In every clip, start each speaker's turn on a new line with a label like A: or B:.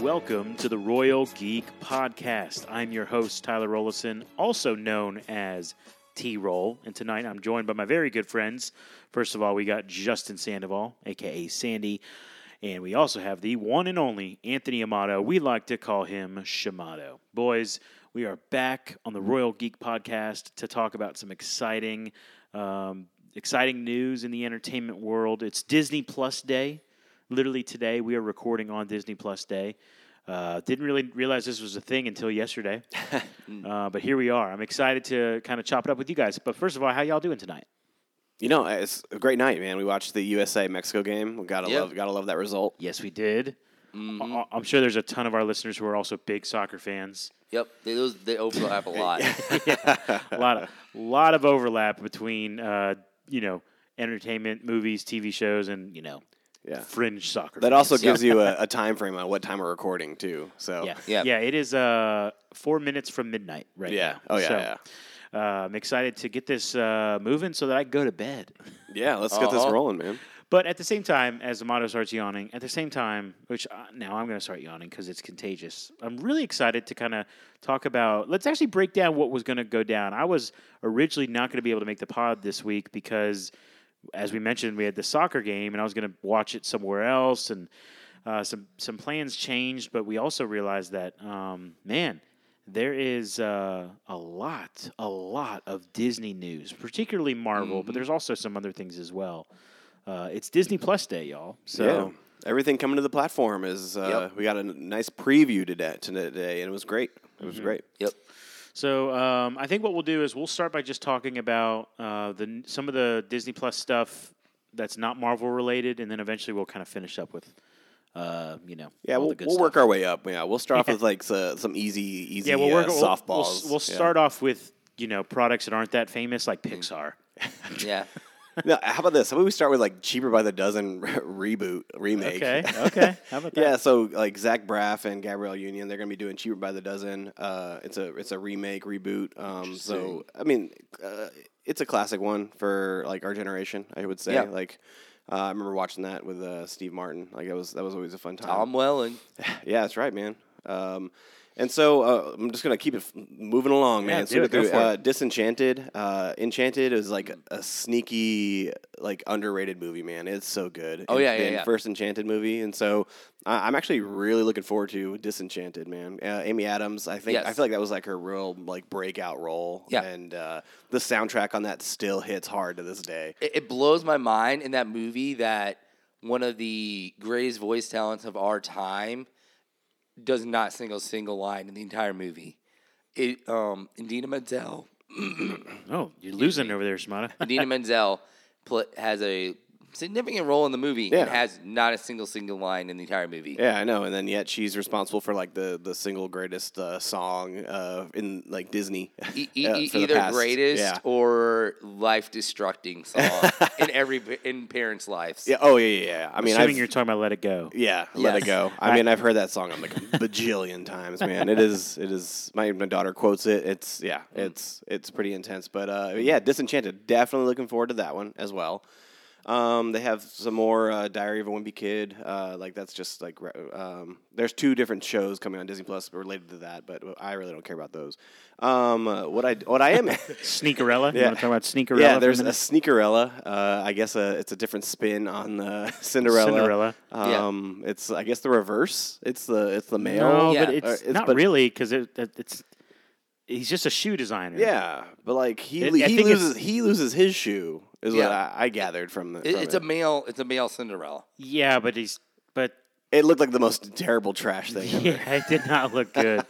A: Welcome to the Royal Geek Podcast. I'm your host, Tyler Rollison, also known as T Roll. And tonight I'm joined by my very good friends. First of all, we got Justin Sandoval, aka Sandy. And we also have the one and only Anthony Amato. We like to call him Shamato. Boys, we are back on the Royal Geek Podcast to talk about some exciting, um, exciting news in the entertainment world. It's Disney Plus Day literally today we are recording on Disney Plus Day. Uh, didn't really realize this was a thing until yesterday, uh, but here we are. I'm excited to kind of chop it up with you guys. But first of all, how y'all doing tonight?
B: You know, uh, it's a great night, man. We watched the USA Mexico game. We gotta
C: Yeah.
B: love, gotta love that result.
A: Yes, we did. Mm-hmm. I- I'm sure there's a ton of our listeners who are also big soccer fans.
C: Yep, they, those they overlap a lot.
A: a lot of lot of overlap between uh, you know entertainment, movies, TV shows, and you know
B: Yeah,
A: fringe soccer.
B: that also
C: Yeah.
B: gives you a, a time frame on what time we're recording too. So
A: yeah. yeah
C: Yeah.
A: It is uh, four minutes from midnight right
B: yeah,
A: now.
B: oh yeah,
A: So,
B: yeah,
A: Uh, I'm excited to get this uh, moving so that I can go to bed.
B: yeah. Let's get this
C: Uh-huh.
B: rolling, man.
A: But at the same time, as Amato starts yawning, at the same time, which uh, now I'm going to start yawning because it's contagious. I'm really excited to kind of talk about. Let's actually break down what was going to go down. I was originally not going to be able to make the pod this week because, as we mentioned, we had the soccer game and I was going to watch it somewhere else, and uh, some some plans changed. But we also realized that, um, man. There is uh, a lot, a lot of Disney news, particularly Marvel,
B: Mm-hmm.
A: but there's also some other things as well. Uh, it's Disney Plus Day, y'all.
B: yeah.
A: So
B: everything coming to the platform is uh, we got a n- nice preview today, today, and it was great. It
A: Mm-hmm.
B: was great.
C: Yep.
A: so um, I think what we'll do is we'll start by just talking about uh, the some of the Disney Plus stuff that's not Marvel related, and then eventually we'll kind of finish up with uh, you know
B: Yeah,
A: all
B: we'll,
A: the good
B: we'll
A: stuff.
B: work our way up. Yeah, we'll start off
A: Yeah.
B: with like so, some easy, easy
A: yeah we'll work
B: uh,
A: we'll-
B: softballs.
A: We'll, s- we'll
B: Yeah. Mm.
A: start off with you know products that aren't that famous like Pixar.
C: Yeah.
B: No, how about this? How about we start with like cheaper by the dozen re- reboot remake?
A: Okay, okay. How about that?
B: Yeah, so like Zach Braff and Gabrielle Union, they're gonna be doing Cheaper by the Dozen. Uh, it's a it's a remake reboot. Um, so I mean, uh, it's a classic one for like our generation. I would say
C: Yeah.
B: like. Uh, I remember watching that with uh, Steve Martin. Like that was that was always a fun time.
C: Tom Welling.
B: Yeah, that's right, man. Um, and so uh, I'm just gonna keep it f- moving along,
A: Yeah,
B: man.
A: do it. Go for
B: Uh, Disenchanted, uh, Enchanted is like a sneaky, like underrated movie, man. It's so good.
C: Oh,
B: It's
C: yeah, yeah,
B: been
C: yeah.
B: First Enchanted movie, and so I I'm actually really looking forward to Disenchanted, man. Uh, Amy Adams, I think
C: Yes.
B: I feel like that was like her real like breakout role.
C: Yeah.
B: and uh, the soundtrack on that still hits hard to this day.
C: It, it blows my mind in that movie that one of the greatest voice talents of our time does not sing a single line in the entire movie. It um, Indina Menzel.
A: Oh, you're losing over there, Shimada.
C: Idina Menzel pl- has a significant role in the movie
B: Yeah.
C: and has not a single single line in the entire movie.
B: Yeah, I know. And then yet she's responsible for like the the single greatest uh, song uh, in like Disney.
C: E- e-
B: uh,
C: e-
B: for the
C: either
B: past-
C: greatest
B: Yeah.
C: or life destructing song in every in parents' lives.
B: yeah. Oh yeah, yeah. yeah. I mean,
A: Assuming
B: I've,
A: you're talking about Let It Go.
B: yeah. Let
C: Yes.
B: it go. I mean, I've heard that song on like a bajillion times, man. It is. It is. My my daughter quotes it. It's yeah. It's it's pretty intense. But uh, yeah, Disenchanted. Definitely looking forward to that one as well. Um, they have some more uh, Diary of a Wimpy Kid. Uh, like that's just like re- um, there's two different shows coming on Disney Plus related to that, but I really don't care about those. Um, uh, what I what I am
A: Sneakerella. You
B: Yeah.
A: want to talk about Sneakerella? for
B: yeah,
A: a
B: there's a
A: minute?
B: Sneakerella. Uh, I guess a, it's a different spin on the Cinderella.
A: Cinderella.
C: Yeah.
B: Um, it's I guess the reverse. It's the it's the male.
A: No,
C: Yeah.
A: but it's,
B: Uh, it's-
A: not
B: but-
A: really because it, it, it's he's just a shoe designer.
B: Yeah, but like he
A: It-
B: le-
A: I
B: he
A: think it's-
B: loses he loses his shoe is
C: Yeah.
B: what I, I gathered from the.
C: It-
B: from
C: it's a
B: it.
C: male. It's a male Cinderella.
A: yeah, but he's but
B: It looked like the most terrible trash thing. ever.
A: yeah, it did not look good.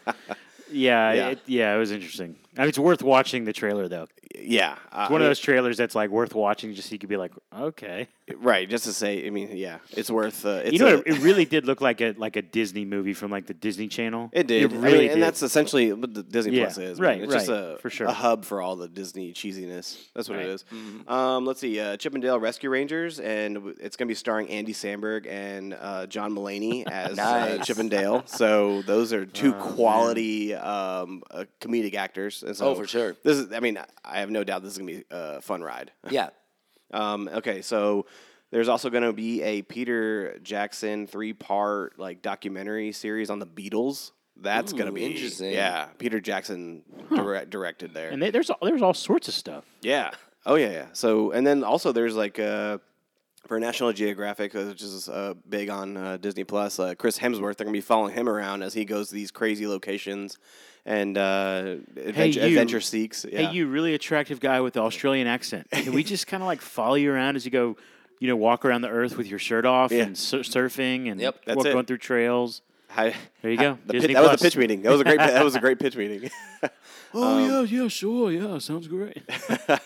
A: yeah,
B: Yeah.
A: It, yeah, it was interesting. I mean, it's worth watching the trailer though. It's
B: Yeah, uh,
A: one of those trailers that's like worth watching just so you could be like, okay,
B: right. Just to say, I mean, yeah, it's worth. Uh, it's
A: you know,
B: a-
A: what? it really did look like a like a Disney movie from like the Disney Channel.
B: It did.
A: it
B: I
A: really
B: mean,
A: did.
B: And that's essentially what the Disney
A: Yeah,
B: Plus is.
A: right,
B: man. It's just
A: right,
B: a,
A: for sure.
B: a hub for all the Disney cheesiness. That's what
A: Right. Mm-hmm.
B: it is. Um, let's see. Uh, Chip and Dale Rescue Rangers, and w- it's going to be starring Andy Samberg and uh, John Mulaney as uh,
C: Nice.
B: Chip and Dale. So those are two
A: Oh,
B: quality um, uh, comedic actors. And so
C: Oh, for sure.
B: This is. I mean, I have no doubt this is going to be a fun ride.
C: Yeah.
B: Um, okay, so There's also going to be a Peter Jackson three part like documentary series on the Beatles. That's going to
C: Ooh,
B: be
C: interesting.
B: Yeah, Peter Jackson direct, directed there.
A: And they, there's all- there's all sorts of stuff.
B: Yeah. Oh yeah, yeah. So and then also there's like uh, for National Geographic, uh, which is uh, big on uh, Disney Plus, uh, Chris Hemsworth. They're gonna be following him around as he goes to these crazy locations and uh, adventure,
A: you.
B: adventure seeks. Yeah.
A: Hey, you really attractive guy with the Australian accent. Can we just kind of like follow you around as you go, you know, walk around the earth with your shirt off
B: Yeah.
A: and sur- surfing and
C: Yep.
B: That's
A: walk-
B: it.
A: going through trails?
B: Hi-
A: There you go.
B: The
A: Disney
B: pit- that was
A: Plus.
B: a pitch meeting. That was a great. that was a great pitch meeting.
A: Oh
B: Um,
A: yeah, yeah, sure, yeah, sounds great.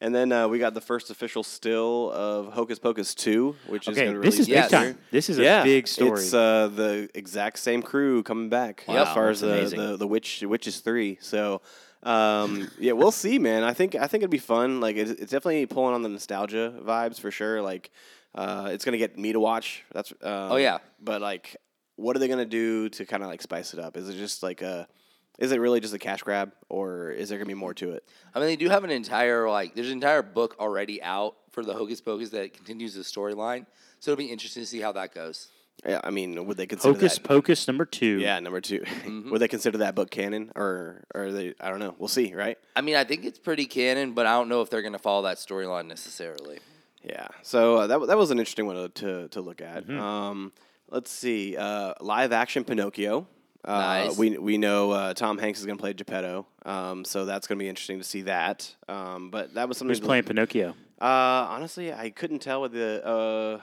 B: and then uh, we got the first official still of Hocus Pocus two, which is
A: okay,
B: gonna
A: this is
B: release
C: Yes.
A: big time. This is a big story.
B: It's uh, the exact same crew coming back
C: Wow,
B: as far as
A: that's
B: the,
A: amazing.
B: the the witch witches three. So um, yeah, we'll see, man. I think I think it'd be fun. Like it's, it's definitely pulling on the nostalgia vibes for sure. Like uh, it's gonna get me to watch. That's um, oh
C: yeah.
B: But like, what are they gonna do to kind of like spice it up? Is it just like a is it really just a cash grab, or is there gonna be more to it?
C: I mean, they do have an entire like there's an entire book already out for the Hocus Pocus that continues the storyline. So it'll be interesting to see how that goes.
B: Yeah, I mean, would they consider
A: Hocus
B: that?
A: Pocus number two. Mm-hmm.
B: Yeah, number 2 Would they consider that book canon, or or they? I don't know. We'll see, right?
C: I mean, I think it's pretty canon, but I don't know if they're going to follow that storyline necessarily.
B: Yeah. So uh, that, that was an interesting one to, to, to look at.
A: Mm-hmm.
B: Um, let's see. Uh, live action Pinocchio. Uh,
C: Nice.
B: We, we know uh, Tom Hanks is going to play Geppetto. Um, so that's going to be interesting to see that. Um, but that was something.
A: who's playing Pinocchio?
B: Uh, honestly, I couldn't tell with the. Uh,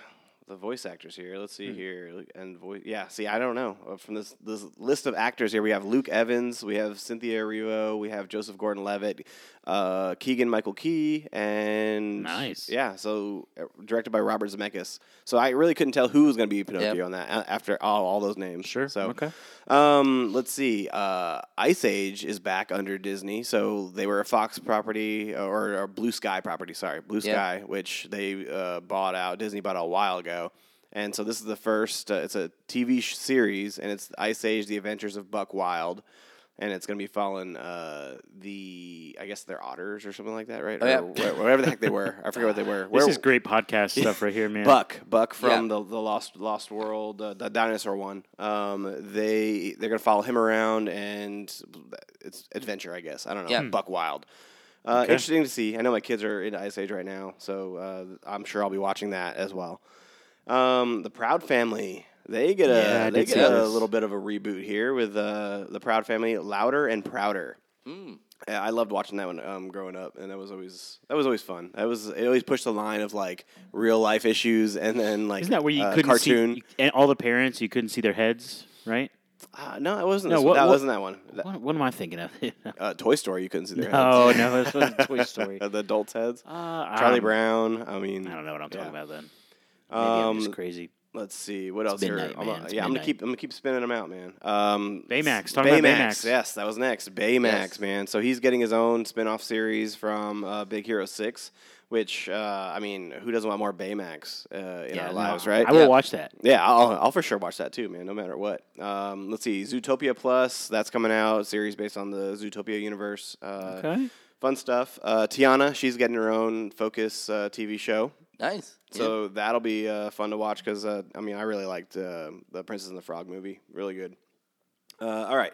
B: the voice actors here. Let's
A: Hmm.
B: see here and voice. Yeah, see, I don't know Uh, from this this list of actors here. We have Luke Evans, we have Cynthia Erivo, we have Joseph Gordon-Levitt, uh, Keegan Michael Key, and
A: Nice.
B: yeah, so uh, directed by Robert Zemeckis. So I really couldn't tell who was going to be Pinocchio
C: Yep.
B: on that a- after all, all those names.
A: Sure,
B: So
A: okay.
B: Um, let's see. Uh, Ice Age is back under Disney, so they were a Fox property uh, or, or Blue Sky property. Sorry, Blue
C: Yeah.
B: Sky, which they uh, bought out. Disney bought out a while ago. And so this is the first. Uh, it's a TV sh- series, and it's Ice Age: The Adventures of Buck Wild, and it's going to be following uh, the, I guess they're otters or something like that, right?
C: yeah.
B: Or wh- whatever the heck they were. I forget what they were.
A: This
B: Where-
A: is great podcast stuff right here, man.
B: Buck, Buck from
C: Yeah.
B: the, the Lost Lost World, uh, the dinosaur one. Um, they they're gonna follow him around, and it's adventure, I guess. I don't know.
C: Yeah.
B: Buck Wild. Uh,
A: Hmm. Okay.
B: Interesting to see. I know my kids are in Ice Age right now, so uh, I'm sure I'll be watching that as well. Um, the Proud Family. They get a
A: Yeah, I
B: they
A: did
B: get
A: see
B: a
A: this.
B: little bit of a reboot here with uh, the Proud Family, louder and prouder.
C: Mm.
B: Yeah, I loved watching that one um, growing up, and that was always that was always fun. That was it always pushed the line of like real life issues, and then like
A: Isn't that where you
B: uh,
A: couldn't
B: cartoon?
A: see and all the parents? You couldn't see their heads, right?
B: Ah, no, it wasn't.
A: No,
B: this
A: what-
B: one. that
A: what-
B: wasn't that one. That-
A: What, what am I thinking of?
B: uh, Toy Story, you couldn't see their
A: oh no, this was Toy Story.
B: heads. the adults' heads.
A: Uh,
B: Charlie
A: um,
B: Brown. I mean,
A: I don't know what I'm talking
B: yeah.
A: about then. Maybe I'm
B: Um,
A: just crazy.
B: let's see what else here.
A: midnight,
B: I'm,
A: man.
B: gonna-
A: It's
B: yeah, I'm gonna
A: midnight.
B: keep I'm gonna keep spinning them out, man. Um,
A: Baymax.
B: s-
A: Talking about Baymax.
B: Yes, that was next. Baymax,
C: Yes.
B: man. So he's getting his own spin-off series from uh, Big Hero Six, which uh, I mean, who doesn't want more Baymax uh, in
A: Yeah,
B: our
A: no,
B: lives, right?
A: I will
C: Yeah.
A: watch that.
B: Yeah, I'll, I'll for sure watch that too, man, no matter what. Um, let's see, Zootopia Plus, that's coming out, series based on the Zootopia universe. Uh,
A: Okay.
B: Fun stuff. Uh, Tiana, she's getting her own Focus uh, TV show.
C: Nice.
B: So that'll be uh, fun to watch because, uh, I mean, I really liked uh, the Princess and the Frog movie. Really good. Uh, all right.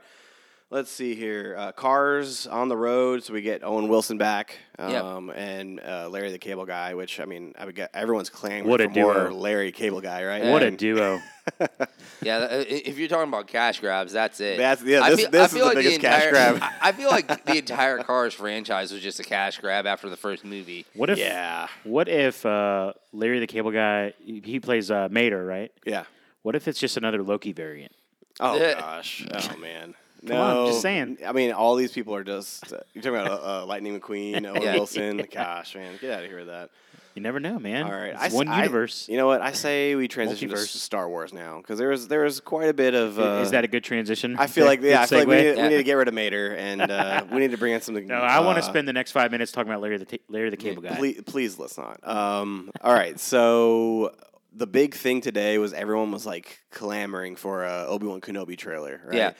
B: Let's see here. Uh, cars on the road, so we get Owen Wilson back,
C: Yep.
B: um, and uh, Larry the Cable Guy, which I mean, I would get, everyone's clamoring
A: What a
B: for more
A: duo.
B: Larry Cable Guy, right?
A: What a
B: And-
A: duo.
C: Yeah, yeah. th- i- If you're talking about cash grabs, that's it.
B: That's- yeah, this- this is the biggest cash
C: entire-
B: grab.
C: I I feel like the entire Cars franchise was just a cash grab after the first movie.
A: What if?
B: Yeah,
A: What if uh, Larry the Cable Guy? He he plays uh, Mater, right?
B: yeah.
A: What if it's just another Loki variant?
B: Oh
C: Yeah.
B: gosh. Oh man. No,
A: Come on, I'm just saying.
B: I mean, all these people are just. Uh, you're talking about uh, uh, Lightning McQueen, Owen
C: Yeah.
B: Wilson. Gosh, man, get out of here with that.
A: You never know, man.
B: All right,
A: It's
B: I s-
A: one
B: I-
A: universe.
B: You know what? I say we transition to
A: Multiverse.
B: s- Star Wars now because there was there was quite a bit of. Uh,
A: is that a good transition?
B: I feel like
A: Good
B: yeah. I feel like we
A: segue?
B: need,
C: Yeah.
B: we need to get rid of Mater and uh, we need to bring in something.
A: No, I want
B: uh,
A: to spend the next five minutes talking about Larry the t- Larry the Cable Guy.
B: Please, please let's not. Um, all right, so the big thing today was everyone was like clamoring for a Obi Wan Kenobi trailer. Right?
C: Yeah.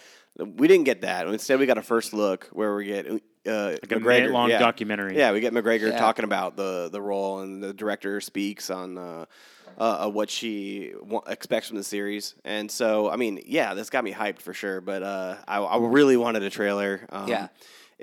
B: we didn't get that. Instead, we got a first look where we get uh,
A: Like a
B: McGregor-
A: minute-long
B: yeah.
A: documentary.
B: Yeah, we get McGregor
C: Yeah.
B: talking about the the role, and the director speaks on uh, uh, uh, what she wa- expects from the series. And so, I mean, yeah, this got me hyped for sure. But uh, I, I really wanted a trailer. Um,
C: Yeah.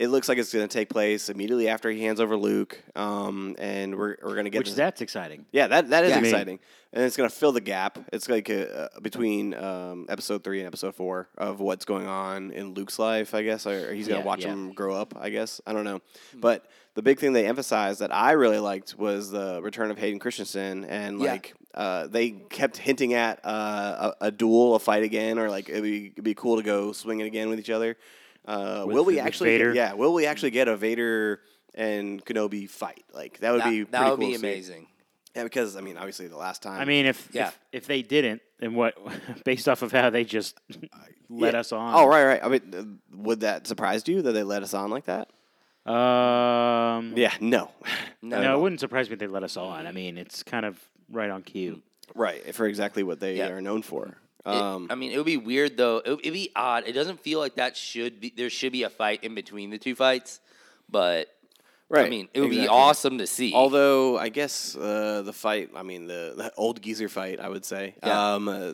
B: It looks like it's going to take place immediately after he hands over Luke, um, and we're, we're going to get
D: Which
B: this-
D: that's exciting.
B: yeah, that, that is
C: Yeah.
A: Me.
B: exciting, and it's going to fill the gap. It's like uh between um, episode three and episode four of what's going on in Luke's life, I guess, or he's going to
D: Yeah,
B: watch
D: yeah.
B: him grow up. I guess I don't know, but the big thing they emphasized that I really liked was the return of Hayden Christensen, and
C: Yeah.
B: like uh, they kept hinting at uh, a, a duel, a fight again, or like it'd be, it'd be cool to go swinging again with each other. Uh,
A: With-
B: will we
A: with
B: actually?
A: Vader?
B: Yeah, will we actually get a Vader? And Kenobi fight like that would
C: That
B: be
C: that
B: pretty
C: would
B: cool
C: be
B: to see.
C: amazing.
B: Yeah, because I mean, obviously, the last time.
A: I mean, if,
C: Yeah.
A: if if they didn't, then what? Based off of how they just let
B: Yeah.
A: us on.
B: Oh right, right. I mean, uh, would that surprise you that they let us on like that?
A: right. Um,
B: Yeah, no.
C: No,
A: No, it wouldn't surprise me if they let us on. I mean, it's kind of right on cue.
B: right for exactly what they
C: Yeah.
B: are known for.
C: It-
B: Um,
C: I mean, it would be weird though. It, it'd be odd. It doesn't feel like that should be. There should be a fight in between the two fights, but
B: right.
C: I mean, it would be
B: exactly.
C: awesome to see.
B: Although I guess uh, the fight, I mean, the, the old geezer fight, I would say.
C: Yeah.
B: Um, uh,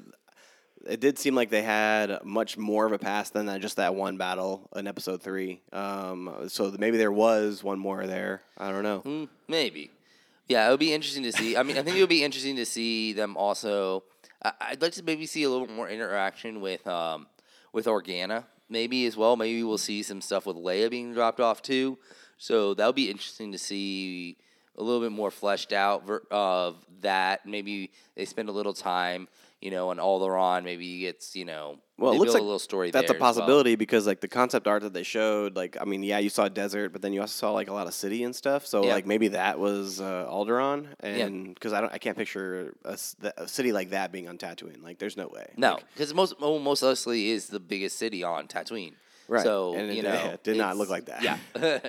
B: it did seem like they had much more of a past than that, just that one battle in episode three. Um, so maybe there was one more there. I don't know.
C: Mm, maybe. Yeah, it would be interesting to see. I mean, I think it would be interesting to see them also. I, I'd like to maybe see a little more interaction with um, with Organa, maybe as well. Maybe we'll see some stuff with Leia being dropped off too. So that would be interesting to see a little bit more fleshed out ver- of that. Maybe they spend a little time, you know, on Alderaan. Maybe he gets, you know,
B: Well, it
C: they
B: looks
C: build
B: like
C: a little story.
B: That's
C: there
B: a
C: as well.
B: possibility because like the concept art that they showed, like I mean, yeah, you saw desert, but then you also saw like a lot of city and stuff. So
C: Yeah.
B: like maybe that was uh, Alderaan, and because I don't, I can't picture a, s- th- a city like that being on Tatooine. Like, there's no way.
C: No,
B: Like,
C: because most well, most likely is the biggest city on Tatooine.
B: right?
C: So
B: and it,
C: you
B: did-
C: know,
B: it did not
C: it's-
B: look like that.
C: Yeah.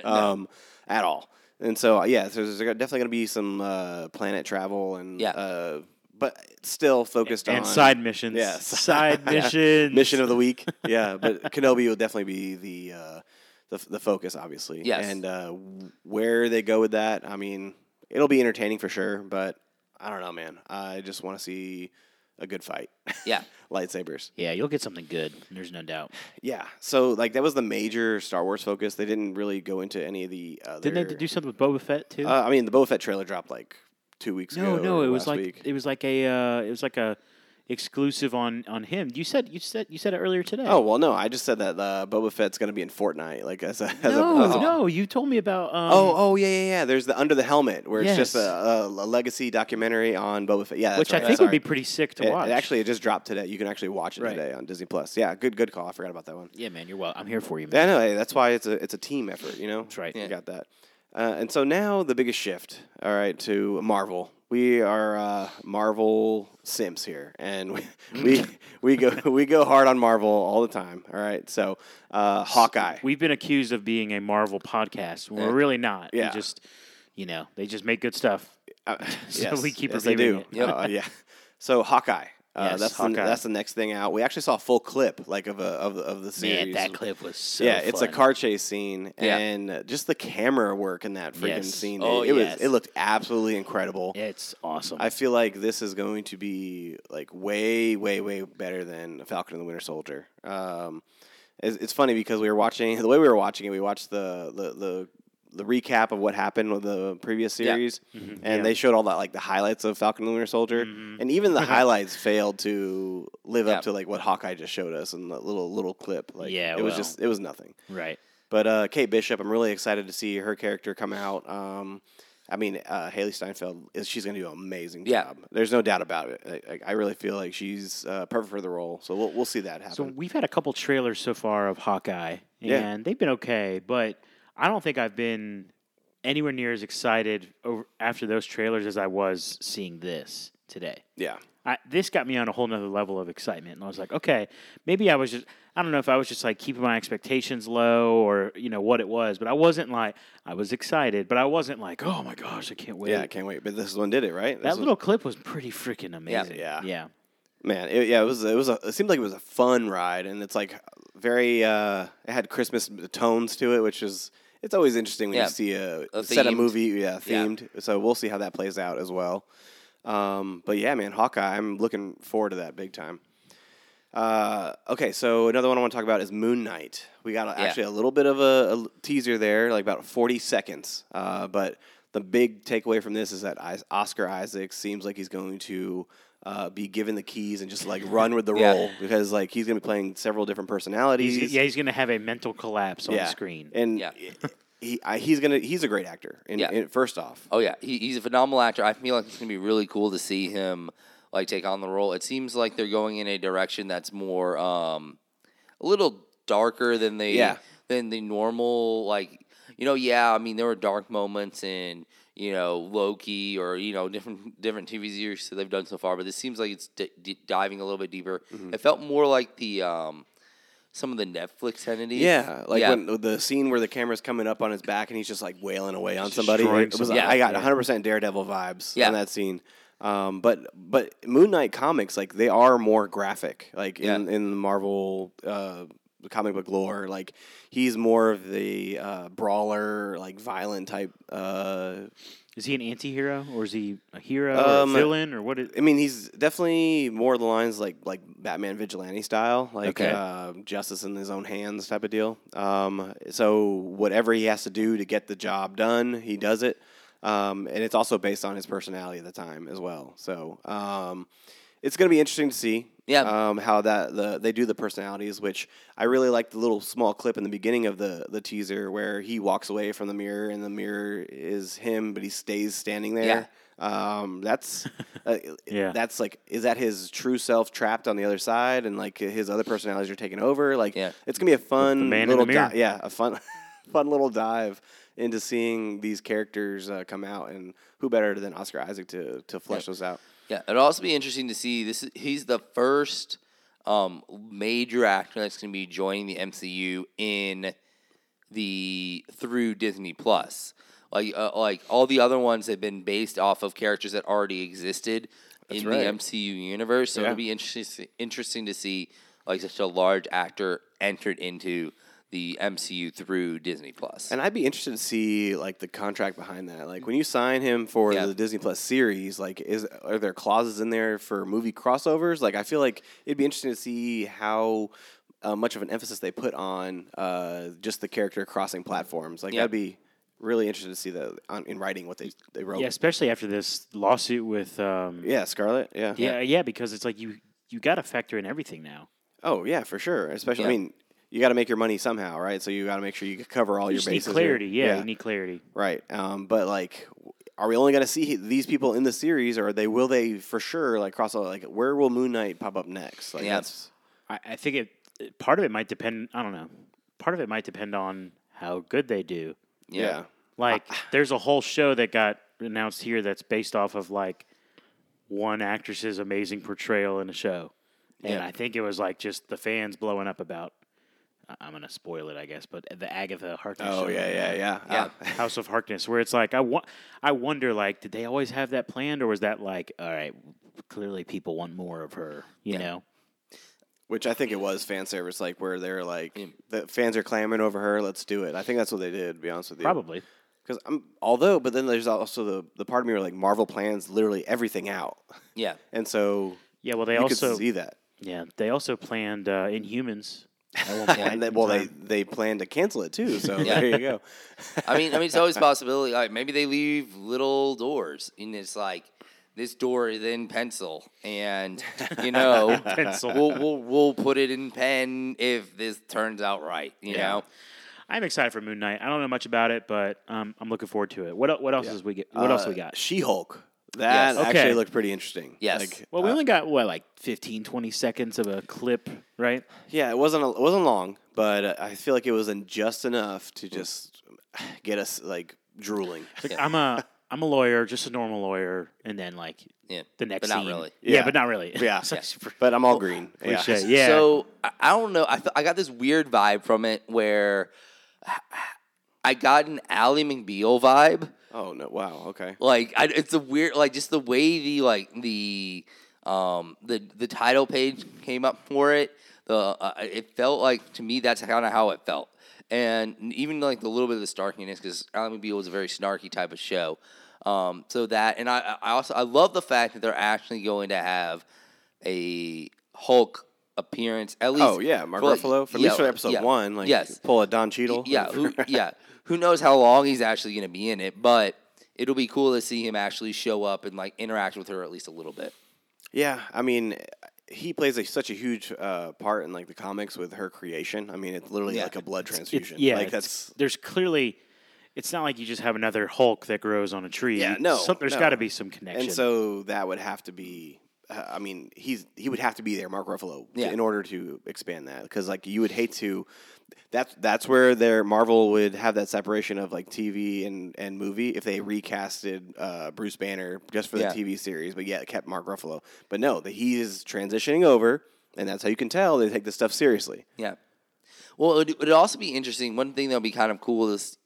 B: um, at all. And so uh, yeah, so there's definitely going to be some uh, planet travel and
C: Yeah.
B: uh, but still focused on
A: And side missions.
B: Yeah,
A: Side
B: Yeah.
A: missions.
B: mission of the week. Yeah, but Kenobi will definitely be the uh, the, the focus, obviously.
C: Yes.
B: And uh, where they go with that, I mean, it'll be entertaining for sure. But I don't know, man. I just want to see a good fight.
C: yeah.
B: lightsabers.
D: Yeah, you'll get something good. There's no doubt.
B: Yeah. So like that was the major Star Wars focus. They didn't really go into any of the other.
A: Didn't they do something with Boba Fett too?
B: Uh, I mean, the Boba Fett trailer dropped like two weeks
A: no,
B: ago.
A: no,
B: or
A: it was
B: last
A: like
B: week.
A: it was like a uh, it was like a exclusive on on him. You said you said you said it earlier today.
B: Oh well, no. I just said that uh, Boba Fett's going to be in Fortnite, like as a, as
A: no,
B: a, as a
A: no, you told me about. Um,
B: Oh, oh, yeah, yeah, yeah. There's the Under the Helmet, where it's just
A: Yes.
B: a, a, a legacy documentary on Boba Fett. Yeah, that's
A: which
B: right.
A: I think
B: Sorry.
A: would be pretty sick to
B: It-
A: watch.
B: It actually, it just dropped today. You can actually watch it
A: Right.
B: today on Disney Plus. Yeah, good, good call. I forgot about that one.
D: Yeah, man, you're well. I'm here for you, man.
B: Yeah, no, hey, that's why it's a it's a team effort. You know, that's
D: right.
B: You
C: Yeah.
B: got that. Uh, and so now the biggest shift. All right, to Marvel. We are uh, Marvel Sims here, and we, we we go we go hard on Marvel all the time. All right, so uh, Hawkeye.
A: we've been accused of being a Marvel podcast. We're
B: Yeah.
A: really not.
B: Yeah.
A: We just you know they just make good stuff.
B: Uh,
A: So we keep
B: yes, they
A: reviewing
B: do.
A: it.
C: Yep.
B: Uh, yeah. So Hawkeye. Uh,
A: Yes,
B: that's The,
A: Hawkeye.
B: that's the next thing out. We actually saw a full clip like of a of, of the
D: Man,
B: series.
D: that clip was so
B: yeah, it's a
D: fun.
B: car chase scene,
C: Yeah.
B: and uh, just the camera work in that freaking
D: Yes.
B: scene.
D: Oh,
B: it, it
D: yes.
B: was it looked absolutely incredible.
D: It's awesome.
B: I feel like this is going to be like way, way, way better than Falcon and the Winter Soldier. Um, it's, it's funny because we were watching the way we were watching it. We watched the the the, the recap of what happened with the previous
C: Yeah.
B: series,
D: Mm-hmm.
A: Mhm.
B: and
A: Yeah.
B: they showed all that like the highlights of Falcon and the Winter Soldier,
A: Mhm.
B: and even the highlights failed to live
C: Yeah.
B: up to like what Hawkeye just showed us in the little little clip. Like,
D: Yeah,
B: it was
D: well.
B: just it was nothing.
D: right.
B: But uh, Kate Bishop, I'm really excited to see her character come out. Um, I mean, uh, Haley Steinfeld, is she's going to do an amazing
C: Yeah.
B: job. There's no doubt about it. I, I- I really feel like she's uh, perfect for the role. So we'll, we'll see that happen.
A: So we've had a couple trailers so far of Hawkeye, and
B: Yeah.
A: they've been okay, but I don't think I've been anywhere near as excited over, after those trailers as I was seeing this today.
B: yeah.
A: I, this got me on a whole nother level of excitement, and I was like, okay, maybe I was just. I don't know if I was just like keeping my expectations low or you know what it was, but I wasn't like I was excited, but I wasn't like, oh my gosh, I can't wait.
B: Yeah, I can't wait. But this one did it, right? This
A: that
B: was-
A: little clip was pretty freaking amazing.
B: Yeah.
A: yeah.
B: man, it, yeah, it was it was a, it seemed like it was a fun ride and it's like very uh, it had Christmas tones to it, which is it's always interesting when
C: Yeah,
B: you see a,
C: a
B: set a
C: themed-
B: movie, yeah, themed. So we'll see how that plays out as well. Um, but yeah, man, Hawkeye, I'm looking forward to that big time. Uh, okay, so another one I want to talk about is Moon Knight. We got a-
C: Yeah.
B: actually a little bit of a, a l- teaser there, like about 40 seconds. Uh, but the big takeaway from this is that Is- Oscar Isaac seems like he's going to uh, be given the keys and just like run with the
C: Yeah.
B: role because like he's going to be playing several different personalities.
A: He's, yeah, he's going to have a mental collapse on the screen.
B: And
C: Yeah.
B: he I, he's gonna he's a great actor. And,
C: Yeah.
B: and first off,
C: Oh yeah, he, he's a phenomenal actor. I feel like it's gonna be really cool to see him like take on the role. It seems like they're going in a direction that's more um, a little darker than they
B: Yeah.
C: than the normal like you know yeah I mean there were dark moments in you know Loki or you know different different TV series that they've done so far, but this seems like it's d- d- diving a little bit deeper.
B: Mm-hmm.
C: It felt more like the um, some of the Netflix entities.
B: yeah, like
C: Yeah.
B: when the scene where the camera's coming up on his back and he's just like wailing away on somebody.
A: destroying
B: It was,
A: somebody.
B: I got 100 percent Daredevil vibes
C: Yeah.
B: on that scene. Um, but but Moon Knight comics like they are more graphic, like in in the Marvel. Uh, comic book lore like he's more of the uh, brawler like violent type uh,
A: Is he an anti-hero or is he a hero
B: Um,
A: or a villain or what? Is,
B: I mean, he's definitely more the lines like like Batman vigilante style, like
A: Okay.
B: uh, justice in his own hands type of deal. Um, so whatever he has to do to get the job done, he does it. Um, and it's also based on his personality at the time as well. So um, it's going to be interesting to see.
C: Yeah.
B: Um, how that the they do the personalities, which I really like the little small clip in the beginning of the the teaser where he walks away from the mirror and the mirror is him, but he stays standing there.
C: Yeah.
B: Um, that's uh,
A: Yeah.
B: That's like, is that his true self trapped on the other side, and like his other personalities are taken over? Like,
C: Yeah.
B: it's gonna be a fun
A: man in the
B: little,
A: mirror.
B: di- yeah, a fun, fun little dive into seeing these characters uh, come out, and who better than Oscar Isaac to to flesh those out?
C: Yeah, it'll also be interesting to see this. is- He's the first um, major actor that's going to be joining the MCU in the through Disney Plus. Like, uh, like all the other ones have been based off of characters that already existed in
B: right.
C: the MCU universe. So
B: Yeah.
C: it'll be interesting interesting to see like such a large actor entered into the MCU through Disney Plus.
B: And I'd be interested to see like the contract behind that. Like when you sign him for
C: Yeah.
B: the Disney Plus series, like is are there clauses in there for movie crossovers? Like I feel like it'd be interesting to see how uh, much of an emphasis they put on uh, just the character crossing platforms. Like
C: Yeah.
B: that'd be really interesting to see that on, in writing what they they wrote.
A: yeah, especially after this lawsuit with. Um, yeah.
B: Yeah, Scarlet. Yeah.
A: yeah, because it's like you you got to factor in everything now.
B: Oh yeah, for sure. Especially,
C: Yeah.
B: I mean, you got to make your money somehow, right? So you got to make sure you cover all
A: You
B: your
A: just need
B: bases. here.
A: clarity. Yeah, you need clarity.
B: Right. Um, but like, w- are we only going to see these people in the series, or are they will they for sure like cross over? Like, where will Moon Knight pop up next? Like,
C: Yeah.
B: that's
A: I, I think it- it. Part of it might depend. I don't know. Part of it might depend on how good they do.
B: yeah.
A: Like,
B: Uh,
A: there's a whole show that got announced here that's based off of like one actress's amazing portrayal in a show, and
B: Yeah.
A: I think it was like just the fans blowing up about. I- I'm gonna spoil it, I guess, but the Agatha Harkness.
B: Oh
A: show.
B: yeah, yeah, yeah.
C: Yeah.
B: Uh,
A: House of Harkness, where it's like I wa- I wonder, like, did they always have that planned, or was that like, all right, clearly people want more of her, you know?
B: which I think it was fan service, like where they're like the fans are clamoring over her. Let's do it. I think that's what they did. To be honest with you,
A: Probably.
B: because I'm although, but then there's also the the part of me where like Marvel plans literally everything out,
C: yeah,
B: and so
A: Yeah. Well, they
B: you
A: also
B: could see that.
A: yeah they also planned uh, Inhumans.
B: and they, well, they they plan to cancel it too. So
C: Yeah.
B: there you go.
C: I mean, I mean, it's always a possibility. Like maybe they leave little doors, and it's like this door is in pencil, and you know,
A: Pencil.
C: We'll, we'll we'll put it in pen if this turns out right. You
A: Yeah.
C: know,
A: I'm excited for Moon Knight. I don't know much about it, but um, I'm looking forward to it. What el- what else is we get? What else we got?
B: She Hulk. Uh, That
C: Yes.
A: Okay.
B: actually looked pretty interesting.
C: Yes.
A: Well,
B: uh,
A: we only got what like 15, 20 seconds of a clip, right?
B: Yeah, it wasn't a, it wasn't long, but uh, I feel like it was en- just enough to just get us like drooling.
A: Mm. It's like, I'm a I'm a lawyer, just a normal lawyer, and then like
C: yeah,
A: the next
C: but not
A: scene.
C: really.
A: Yeah,
B: Yeah.
A: but not really.
B: Yeah,
A: It's like-
B: but I'm all green. Yeah.
A: Cliche. Yeah.
C: So I, I don't know. I, th- I got this weird vibe from it where I got an Ally McBeal vibe.
B: Oh no! Wow. Okay.
C: Like I, it's a weird, like just the way the like the um the the title page came up for it. The uh, it felt like to me that's kind of how it felt, and even like the little bit of the snarkiness because Allen was a very snarky type of show. Um, so that, and I, I also I love the fact that they're actually going to have a Hulk appearance at least.
B: Oh yeah, Mark
C: for like-
B: Ruffalo. For at
C: yeah,
B: least for episode
C: yeah,
B: one, like
C: yes,
B: pull a Don Cheadle.
C: yeah, who, yeah. Who knows how long he's actually going to be in it? But it'll be cool to see him actually show up and like interact with her at least a little bit.
B: Yeah, I mean, he plays a, such a huge uh, part in like the comics with her creation. I mean, it's literally
C: Yeah.
B: like a blood
A: It's-
B: transfusion.
A: yeah,
B: like
A: it's-
B: that's
A: there's clearly. It's not like you just have another Hulk that grows on a tree.
B: Yeah, no,
A: Some, there's
B: no.
A: got to be some connection.
B: and so that would have to be. uh, I mean, he's he would have to be there, Mark Ruffalo,
C: Yeah.
B: in order to expand that because like you would hate to. That's that's where their Marvel would have that separation of like TV and, and movie if they recasted uh, Bruce Banner just for the
C: Yeah.
B: TV series, but yet kept Mark Ruffalo. But no, that he is transitioning over, and that's how you can tell they take this stuff seriously.
C: Yeah. Well, it would also be interesting. One thing that would be kind of cool is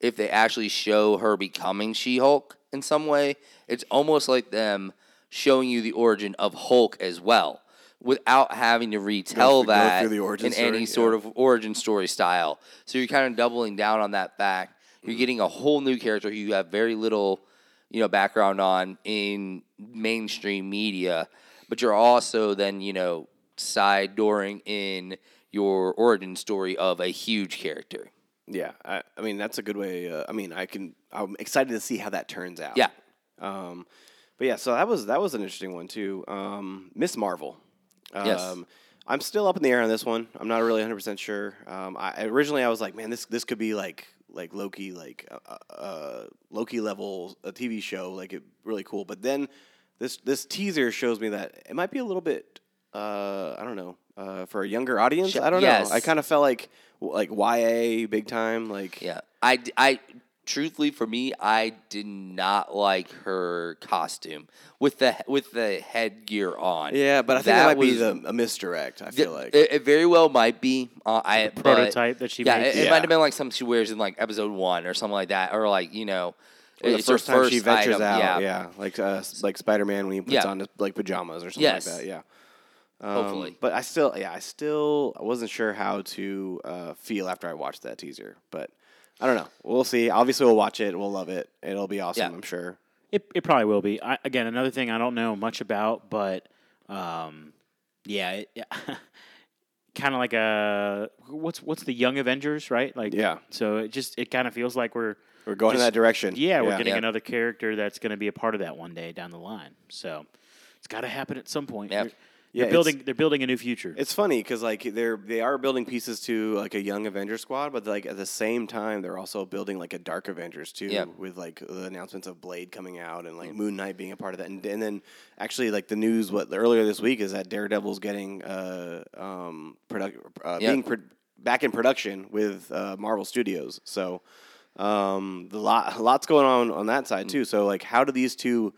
C: if they actually show her becoming She Hulk in some way. It's almost like them showing you the origin of Hulk as well without having to retell
B: Go through- go
C: that
B: through the origin
C: in any
B: story,
C: sort of origin story style. So you're kind of doubling down on that fact.
B: Mm-hmm.
C: You're getting a whole new character who you have very little, you know, background on in mainstream media, but you're also then, you know, side dooring in your origin story of a huge character.
B: Yeah, I, I mean that's a good way. Uh, I mean, I can. I'm excited to see how that turns out.
C: Yeah.
B: Um, but yeah, so that was that was an interesting one too. Um, Miss Marvel. Um,
C: Yes.
B: I'm still up in the air on this one. I'm not really 100 percent sure. Um, I originally I was like, man, this this could be like like Loki, like uh, uh, Loki level a TV show, like it really cool. But then this this teaser shows me that it might be a little bit. Uh, I don't know. Uh, for a younger audience, I don't
C: yes.
B: know. I kind of felt like like YA big time. Like
C: Yeah. I, d- I- truthfully for me, I did not like her costume with the with the headgear on.
B: Yeah, but I think
C: That
B: that, might be
C: was-
B: the, a misdirect. I
C: Th-
B: feel like
C: it, it very well might be. Uh, I but-
A: prototype that she
C: yeah,
A: makes.
C: it, it
B: Yeah.
C: might have been like something she wears in like episode one or something like that, or like you know,
B: Or the
C: it's
B: first
C: her
B: time
C: first
B: she ventures
C: item.
B: out.
C: Yeah,
B: Yeah, like uh, s- like Spider Man when he puts
C: Yeah.
B: on his, like pajamas or something
C: Yes.
B: like that. Yeah. Um,
C: Hopefully.
B: but I still, yeah, I still, I wasn't sure how to uh, feel after I watched that teaser. But I don't know. We'll see. Obviously, we'll watch it. We'll love it. It'll be awesome.
C: Yeah.
B: I'm sure.
A: It, it probably will be. I, again, another thing I don't know much about, but um, yeah, it, kind of like a what's what's the Young Avengers, right? Like
B: Yeah.
A: So it just it kind of feels like we're
B: We're going
A: Just-
B: in that direction.
A: yeah we're getting
C: Yeah.
A: another character that's going to be a part of that one day down the line. So it's got to happen at some point.
C: Yep.
A: They're,
B: Yeah,
A: they're building they're building a new future.
B: It's funny because like they're they are building pieces to like a young Avengers squad, but like at the same time they're also building like a Dark Avengers too,
C: Yeah. Mm.
B: with like the announcements of Blade coming out and like Moon Knight being a part of that, and, and then actually like the news what earlier this week is that Daredevil's getting uh um product uh,
C: Yeah.
B: being pro- back in production with uh, Marvel Studios, so um the lot lots going on on that
C: Mm.
B: side too. So like how do these two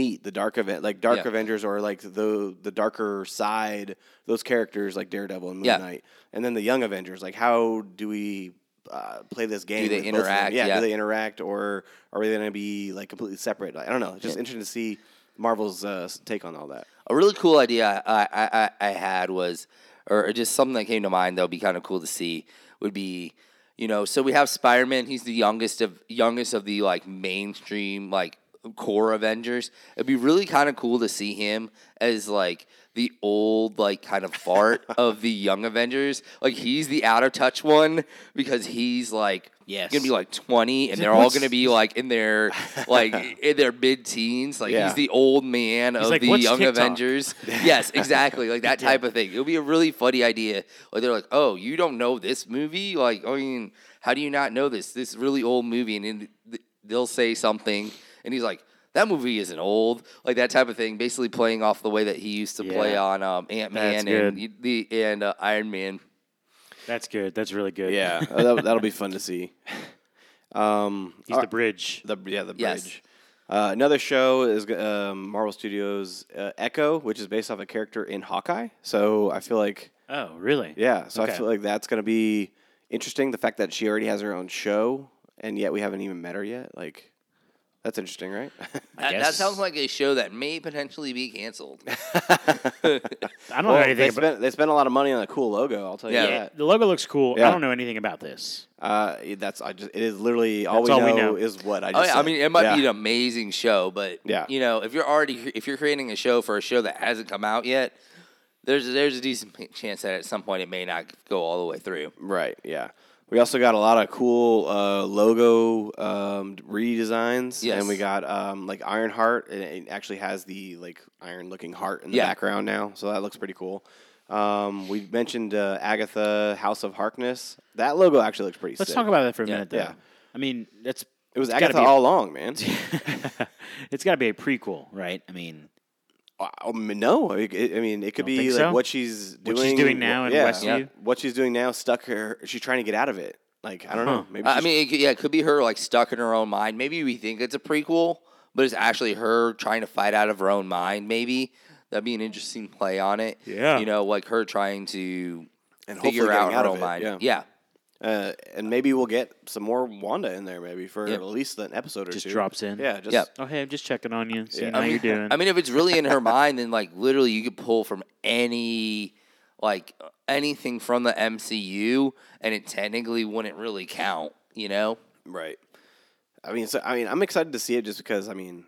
B: meet the dark event like dark
C: Yeah.
B: Avengers or like the the darker side, those characters like Daredevil and Moon
C: Yeah.
B: Knight, and then the young Avengers. Like, how do we uh, play this game?
C: they
B: with both of them?
C: interact?
B: Yeah,
C: Yeah.
B: do they interact, or are they going to be like completely separate? Like, I don't know. It's just interesting to see Marvel's uh, s- take on all that.
C: A really cool idea I, I, I I had was, or just something that came to mind that would be kind of cool to see would be, you know, so we have Spider Man. He's the youngest of youngest of the like mainstream like core Avengers. It'd be really kind of cool to see him as like the old like kind of fart of the young Avengers. Like he's the out of touch one because he's like
D: Yes.
C: gonna be like twenty, and they're all gonna be like in their like in their mid teens. Like
B: Yeah.
C: he's the old man of
A: like,
C: the
A: "What's
C: Young
A: TikTok?"
C: Avengers. yes, exactly, like that type of thing. It would be a really funny idea. Like they're like, "Oh, you don't know this movie? Like, I mean, how do you not know this? This really old movie." And then th- they'll say something, and he's like, "That movie isn't old." Like that type of thing. Basically, playing off the way that he used to play
A: Yeah.
C: on um, Ant Man
A: good.
C: and y- the and uh, Iron Man.
A: that's good. That's really good.
B: Yeah, that'll, that'll be fun to see. Um,
A: He's the bridge.
B: The yeah, the bridge.
C: Yes.
B: Uh, another show is um, Marvel Studios uh, Echo, which is based off a character in Hawkeye. So I feel like
A: Oh, really?
B: yeah, so I
A: Okay.
B: feel like that's going to be interesting. The fact that she already has her own show, and yet we haven't even met her yet. Like That's interesting, right?
D: I
C: That, that
D: guess.
C: sounds like a show that may potentially be canceled.
A: I don't
B: Well,
A: know
B: they,
A: anything about
B: spent, they spent a lot of money on a cool logo. I'll tell you
C: Yeah.
B: that.
A: The logo looks cool.
B: Yeah.
A: I don't know anything about this.
B: Uh, that's I just it is literally all, we,
A: That's all
B: know
A: we know.
B: is what I just.
C: Oh, yeah, I
B: said.
C: mean, it might
B: uh, Yeah.
C: be an amazing show, but
B: Yeah.
C: you know, if you're already if you're creating a show for a show that hasn't come out yet, there's there's a decent chance that at some point it may not go all the way through.
B: Right. Yeah. We also got a lot of cool uh, logo um, redesigns,
C: Yes.
B: and we got um, like Ironheart. And it actually has the like iron-looking heart in the
C: Yeah.
B: background now, so that looks pretty cool. Um, we mentioned uh, Agatha House of Harkness. That logo actually looks pretty.
A: Let's
B: sick.
A: talk about that for a minute, though.
B: yeah.
A: I mean, that's
B: It was
A: it's gotta
B: Agatha all along, man.
A: be a- it's got to be a prequel, right? I mean,
B: I mean, no, it, it- I mean it could
A: Don't
B: be
A: think
B: like
A: so?
B: what she's doing.
A: What she's doing now in
B: yeah,
A: Westview?
C: Yeah.
B: What she's doing now stuck her. She's trying to get out of it. Like I don't know. Maybe
C: I- I
B: she's-
C: mean, it, could- yeah, it could be her like stuck in her own mind. Maybe we think it's a prequel, but it's actually her trying to fight out of her own mind. Maybe that'd be an interesting play on it.
A: Yeah.
C: you know, like her trying to
B: And
C: figure
B: hopefully
C: out
B: getting
C: her
B: out of
C: own
B: it,
C: mind.
B: yeah.
C: yeah,
B: Uh, and maybe we'll get some more Wanda in there, maybe for
C: Yeah.
B: at least an episode or
A: just
B: two.
A: drops in.
B: Yeah, just
C: Yep.
A: Oh, hey, I'm just checking on you, seeing
B: Yeah.
A: how
B: I
A: you're doing.
C: I mean, if it's really in her mind, then like literally you could pull from any like anything from the MCU, and it technically wouldn't really count. You know?
B: right. I mean, so I mean, I'm excited to see it just because I mean,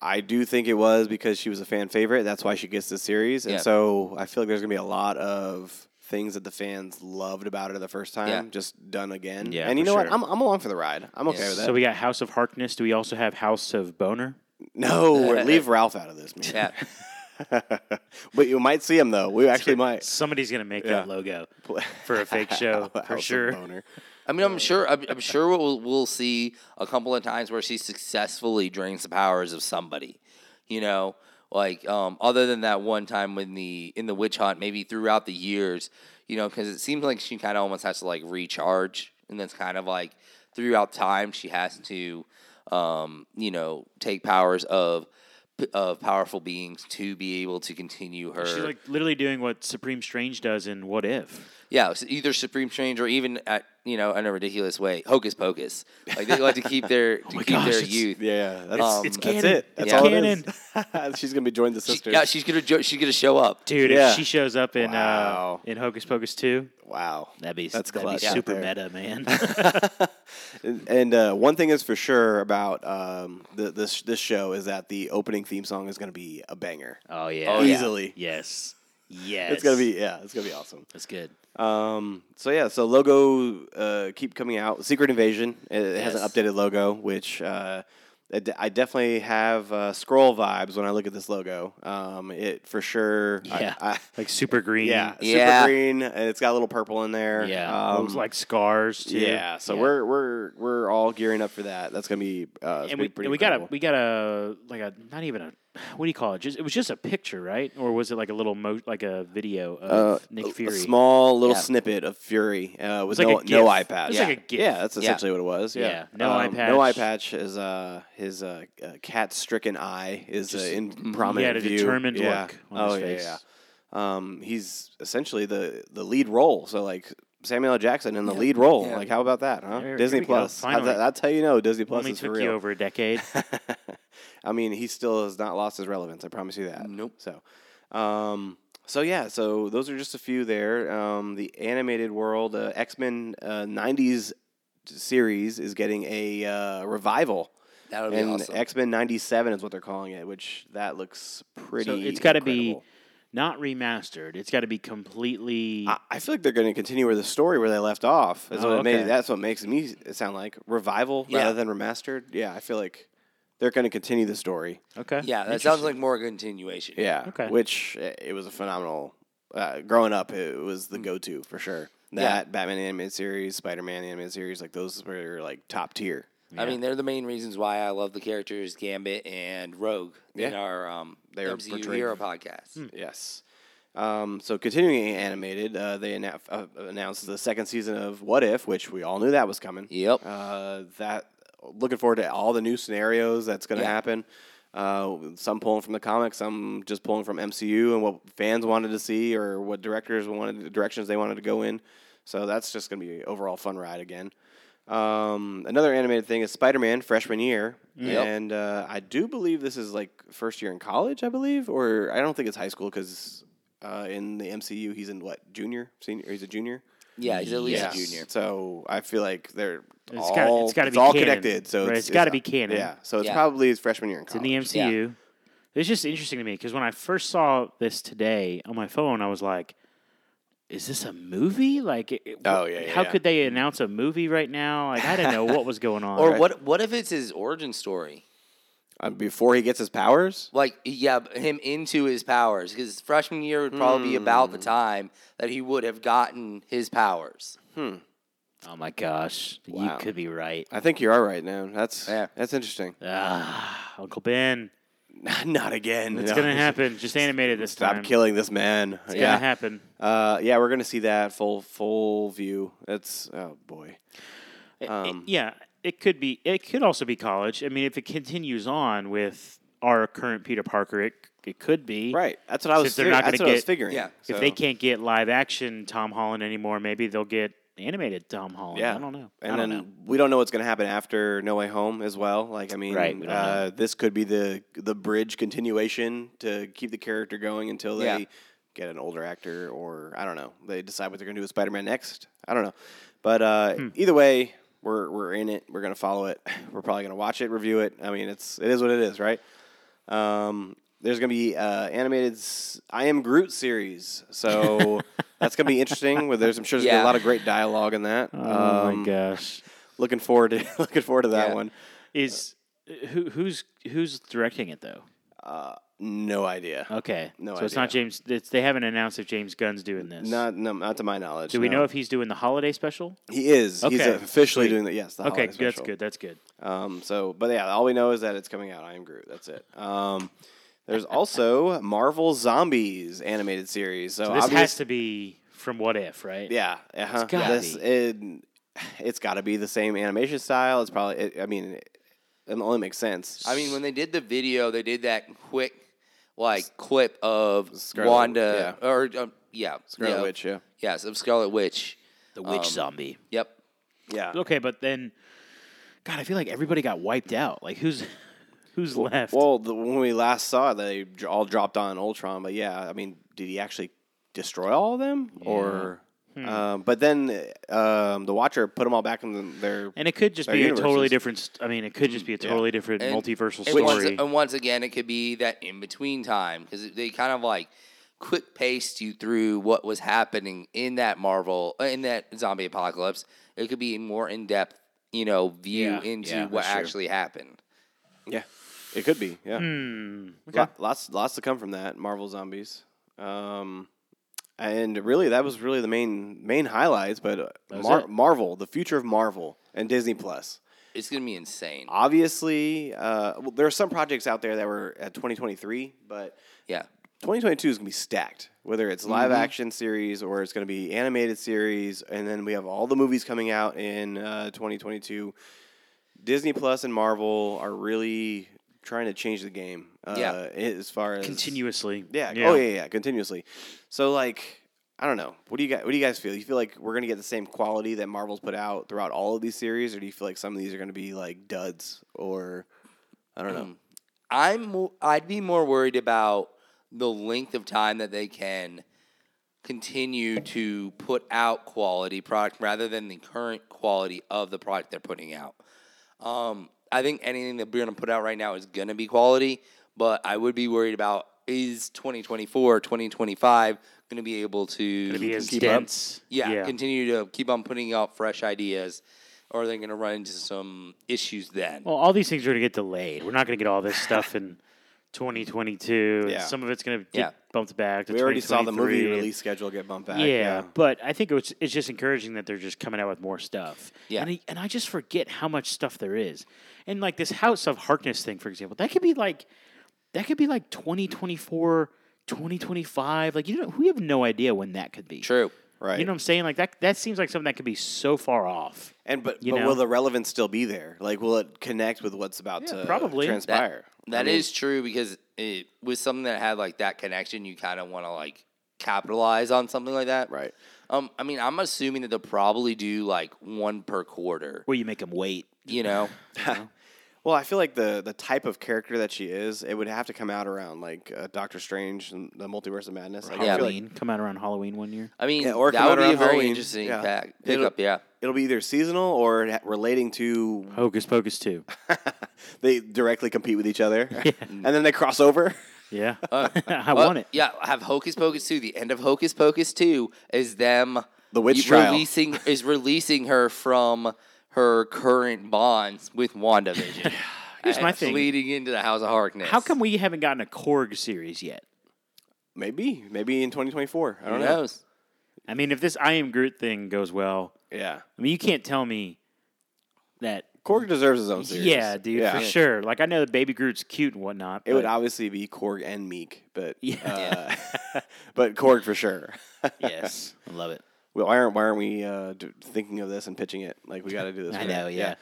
B: I do think it was because she was a fan favorite. That's why she gets the series, and
C: Yeah.
B: so I feel like there's gonna be a lot of things that the fans loved about her the first time,
C: Yeah.
B: just done again.
D: Yeah,
B: and you
D: for
B: know what?
D: sure.
B: I'm I'm along for the ride. I'm okay with that.
A: so we got House of Harkness. Do we also have House of Boner?
B: no, leave Ralph out of this, man.
C: Yeah.
B: but you might see him though. We actually might.
A: Somebody's gonna make
B: Yeah.
A: that logo for a fake show
B: House
A: for
B: of
A: sure.
B: Boner.
C: I mean, I'm sure. I'm, I'm sure we'll, we'll see a couple of times where she successfully drains the powers of somebody. You know, like um, other than that one time when the in the witch hunt, maybe throughout the years, you know, because it seems like she kind of almost has to like recharge, and that's kind of like throughout time she has to, um, you know, take powers of of powerful beings to be able to continue her.
A: She's like literally doing what Supreme Strange does in What If.
C: Yeah, it's either Supreme Change or even at you know in a ridiculous way, Hocus Pocus. Like they like to keep their
B: Oh
C: to
A: my
C: keep
A: gosh,
C: their
A: it's-
C: youth. Yeah.
B: Yeah, that's,
C: Um,
A: it's
B: that's
A: canon.
B: it. That's
A: It's
B: all
A: canon.
B: it is. She's gonna be joining the sisters.
C: yeah, she's gonna jo- she's gonna show up.
A: Dude,
B: Yeah.
A: if she shows up in
B: Wow.
A: uh, in Hocus Pocus two,
B: wow.
D: That'd be that's
B: That's clutch
D: that'd be
B: right
D: super
B: there.
D: meta, man.
B: And uh, one thing is for sure about um, the, this this show is that the opening theme song is gonna be a banger.
D: oh yeah.
C: Oh, yeah.
B: Easily.
D: Yes. Yes.
B: It's gonna be yeah, it's gonna be awesome.
D: That's good.
B: Um, so yeah, so logo uh, keep coming out. Secret Invasion it, it has an
C: Yes.
B: updated logo, which uh, I de- I definitely have uh, scroll vibes when I look at this logo. Um, it for sure. I-
D: Yeah.
B: I,
A: like super green,
B: yeah, super
C: Yeah.
B: green. and It's got a little purple in there.
D: Yeah.
B: um,
A: those like scars too.
B: Yeah, so
D: Yeah.
B: we're we're we're all gearing up for that. That's gonna be uh,
A: and
B: it's
A: we
B: gonna be pretty
A: and we got a
B: incredible.
A: we got a like a not even a what do you call it? Just it was just a picture, right? Or was it like a little mo like a video of
B: Uh, a-
A: Nick Fury?
B: a small little
C: Yeah.
B: snippet of Fury uh, with
A: It's like
B: no
A: a
B: no
A: GIF.
B: eye patch.
A: It's
B: yeah.
A: like a GIF.
B: yeah, that's
C: Yeah.
B: essentially what it was. Yeah,
D: Yeah,
B: Um,
A: no eye patch.
B: No eye patch is uh, his uh, uh, cat stricken eye is uh, in prominent.
A: mm-hmm. he had a
B: view.
A: determined
B: yeah.
A: look on
B: oh
A: his
B: yeah,
A: face.
B: yeah. Um, he's essentially the the lead role. So like. Samuel L. Jackson in the lead role.
C: Yeah.
B: Like, how about that, huh?
A: There- here
B: Disney
A: we go,
B: Plus. How's
A: finally.
B: that- that's how you know Disney Plus
A: Only
B: is for
A: took
B: real.
A: you over a decade.
B: I mean, he still has not lost his relevance. I promise you that.
C: Nope.
B: So, um, so yeah, so those are just a few there. Um, the animated world, uh, X Men uh, '90s series is getting a uh, revival,
C: That would be
B: and
C: awesome.
B: X Men '97 is what they're calling it, which that looks pretty.
A: so it's got to be
B: incredible.
A: not remastered. It's got to be completely.
B: I I feel like they're going to continue where the story where they left off. Is
A: Oh,
B: what it made,
A: okay.
B: that's what makes me sound like revival
C: Yeah.
B: rather than remastered. Yeah, I feel like they're going to continue the story.
A: okay.
C: yeah, that sounds like more a continuation.
B: Yeah.
A: Okay.
B: Which uh, it was a phenomenal. Uh, growing up, it was the go-to for sure. That Batman animated series, Spider Man animated series, like those were like top tier.
C: I mean, they're the main reasons why I love the characters Gambit and Rogue in
B: Yeah.
C: our um,
B: They are
C: MCU
B: portrayed- Hmm.
C: Hero podcast.
B: Yes. Um, so continuing animated, uh, they annou- uh, announced the second season of What If, which we all knew that was coming.
C: Yep.
B: Uh, that looking forward to all the new scenarios that's going to
C: Yeah.
B: happen. Uh, some pulling from the comics, some just pulling from MCU and what fans wanted to see or what directors wanted, directions they wanted to go in. So that's just going to be an overall fun ride again. Um, another animated thing is Spider Man freshman year,
C: Yep.
B: and uh, I do believe this is like first year in college, I believe, or I don't think it's high school because uh, in the MCU he's in what junior, senior, or he's a junior.
C: Yeah, he's at least
B: Yeah.
C: a junior.
B: So I feel like they're
A: It's
B: all
A: gotta- it's gotta be
B: all
A: canon,
B: connected. So
A: right?
B: it's,
A: It's gotta be canon.
B: Yeah. So it's
C: Yeah.
B: probably his freshman year in
A: It's in
B: college.
A: the MCU. It's just interesting to me because when I first saw this today on my phone, I was like, "Is this a movie? Like, it- it-
B: Oh,
A: wh-
B: yeah, yeah,
A: how
B: yeah.
A: could they announce a movie right now? Like, I didn't know what was going on.
C: Or what? What if it's his origin story?
B: Uh, before he gets his powers.
C: Like, yeah, b- him into his powers because freshman year would probably be about
B: Hmm.
C: the time that he would have gotten his powers.
D: Oh my gosh,
B: Wow.
D: you could be right.
B: I think you are right now. That's
C: Yeah.
B: that's interesting.
A: Ah, Uncle Ben,
B: Not again.
A: it's
B: No.
A: gonna happen. Just animated this
B: Stop
A: time.
B: killing this man.
A: It's
B: yeah.
A: gonna happen.
B: Uh, yeah, we're gonna see that full full view. That's oh boy.
A: It- it-
B: Um,
A: yeah, it could be. It could also be college. I mean, if it continues on with our current Peter Parker, it it could be
B: Right. That's what I was.
A: Since they're not
B: fig- that's
A: gonna
B: what I was
A: get-
B: figuring.
C: Yeah.
A: If they can't get live action Tom Holland anymore, maybe they'll get animated Tom Holland.
B: Yeah.
A: I don't know.
B: And
A: I
B: then
A: don't know.
B: we don't know what's going to happen after No Way Home as well. Like, I mean,
D: Right, we don't
B: uh, this could be the the bridge continuation to keep the character going until they
C: Yeah.
B: get an older actor, or I don't know, they decide what they're going to do with Spider Man next. I don't know, but uh,
A: Hmm.
B: either way, we're we're in it. We're going to follow it. We're probably going to watch it, review it. I mean, it's it is what it is, right? Um, there's going to be uh, animated s- I Am Groot series, so. That's gonna be interesting. Where there's, I'm sure there's gonna be
C: Yeah.
B: a lot of great dialogue in that.
A: Oh
B: Um,
A: my gosh.
B: Looking forward to looking forward to that
C: Yeah.
B: one.
A: Is who who's who's directing it though?
B: Uh, no idea.
A: Okay.
B: No
A: so it's not
B: idea.
A: James it's, they haven't announced if James Gunn's doing this.
B: Not no, not to my knowledge.
A: Do we
B: no.
A: know if he's doing the holiday special?
B: he is? He's
A: Okay,
B: officially
A: sweet.
B: doing that. Yes. The
A: Okay,
B: holiday
A: that's
B: special.
A: good. That's good.
B: Um, so, but yeah, all we know is that it's coming out. I am Groot. That's it. Um, there's also Marvel Zombies animated series. So,
A: So this
B: Oh, obvious-
A: has to be from What If, right?
B: Yeah, uh-huh.
A: gotta
B: This-
A: be.
B: it, has got to be the same animation style. It's probably. It, I mean, it, it only makes sense.
C: I mean, when they did the video, they did that quick, like clip of
B: Scarlet-
C: Wanda or um, yeah,
B: Scarlet
C: yeah,
B: Witch. Yeah.
C: Yes, of Scarlet Witch.
D: The witch
B: um,
D: zombie.
C: Yep.
B: Yeah.
A: Okay, but then God, I feel like everybody got wiped out. Like who's who's left?
B: Well, the, when we last saw it, they dr- all dropped on Ultron. But yeah, I mean, did he actually destroy all of them? Or,
A: Hmm.
B: um, but then um, the Watcher put them all back in the, their.
A: and it could just
B: Their
A: be a totally
B: universes.
A: different. st- I mean, it could just be a totally different
C: And-
A: multiversal
C: and once,
A: story.
C: and once again, it could be that in between time because they kind of like quick paced you through what was happening in that Marvel uh, in that zombie apocalypse. It could be a more in depth, you know, view
D: Yeah,
C: into
D: yeah,
C: what
D: for sure.
C: actually happened.
B: yeah, it could be. Yeah,
A: Hmm. Okay.
B: Lo- lots lots to come from that Marvel Zombies. Um, and really, that was really the main main highlights. But uh,
D: was
B: Mar-
D: it.
B: Marvel, the future of Marvel, and Disney Plus.
C: It's gonna be insane.
B: Obviously, uh, well, there are some projects out there that were at 2023, but
C: Yeah,
B: 2022 is going to be stacked, whether it's live action series or it's going to be animated series. And then we have all the movies coming out in uh, 2022. Disney Plus and Marvel are really trying to change the game uh,
C: Yeah.
B: as far as.
A: Continuously.
B: Yeah. Oh, yeah, yeah. Continuously. So, like. I don't know. What do you guys? What do you guys feel? You feel like we're gonna get the same quality that Marvel's put out throughout all of these series, or do you feel like some of these are gonna be like duds? Or I don't know.
C: I'm. mo- I'd be more worried about the length of time that they can continue to put out quality product rather than the current quality of the product they're putting out. Um, I think anything that we're going to put out right now is going to be quality, but I would be worried about is 2024, 2025 going to be able to
A: Gonna be as
B: keep up.
A: dense.
C: yeah, continue to keep on putting out fresh ideas, or are they going to run into some issues then?
A: Well, all these things are going to get delayed. We're not going to get all this stuff in 2022. and
B: Yeah.
A: Some of it's going to get
C: Yeah.
A: bumped back. To
B: We already saw the movie
A: 2023.
B: release schedule get bumped back.
A: Yeah, but I think it was, it's just encouraging that they're just coming out with more stuff.
C: Yeah.
A: and I, and I just forget how much stuff there is. And like this House of Harkness thing, for example, that could be like that could be like 2024, 2025. Like you know, we have no idea when that could be.
C: True.
B: Right.
A: You know what I'm saying? Like that that seems like something that could be so far off.
B: and but,
A: you
B: but
A: know?
B: will the relevance still be there? Like, will it connect with what's about
A: Yeah,
B: to
A: probably.
B: transpire?
C: That is true because it, with something that had like that connection, you kind of want to like capitalize on something like that.
B: right.
C: Um, I mean, I'm assuming that they'll probably do like one per quarter.
D: Where you make them wait.
C: You know,
B: Well, I feel like the the type of character that she is, it would have to come out around like uh, Doctor Strange and the Multiverse of Madness. Like, I
C: Yeah.
B: feel like
D: Halloween. Come out around Halloween one year.
C: I mean,
B: Yeah, or
C: that
B: come out
C: would be a
B: around
C: very
B: Halloween.
C: interesting
B: Yeah.
C: pack,
B: It'll-
C: pickup. Yeah,
B: it'll be either seasonal or ha- relating to
A: Hocus Pocus two.
B: they directly compete with each other, and then they cross over.
A: Yeah, I want it.
C: Uh, Yeah, have Hocus Pocus two. The end of Hocus Pocus two is them
B: The witch trial.
C: releasing is releasing her from her current bonds with WandaVision.
A: Here's my
C: And
A: thing.
C: leading into the House of Harkness.
A: How come we haven't gotten a Korg series yet?
B: Maybe, maybe in 2024. I
C: Who
B: don't know.
C: knows?
A: I mean, if this I am Groot thing goes well,
B: Yeah,
A: I mean, you can't tell me that.
B: Korg deserves his own series.
A: Yeah, dude,
B: Yeah.
A: for sure. Like I know the baby Groot's cute and whatnot.
B: It would
A: but-
B: obviously be Korg and Meek, but
D: Yeah.
B: uh, but Korg for sure.
D: Yes. I love it.
B: Well, why aren't why aren't we uh, d- thinking of this and pitching it? Like we got to do this.
D: I
B: right?
D: know, yeah.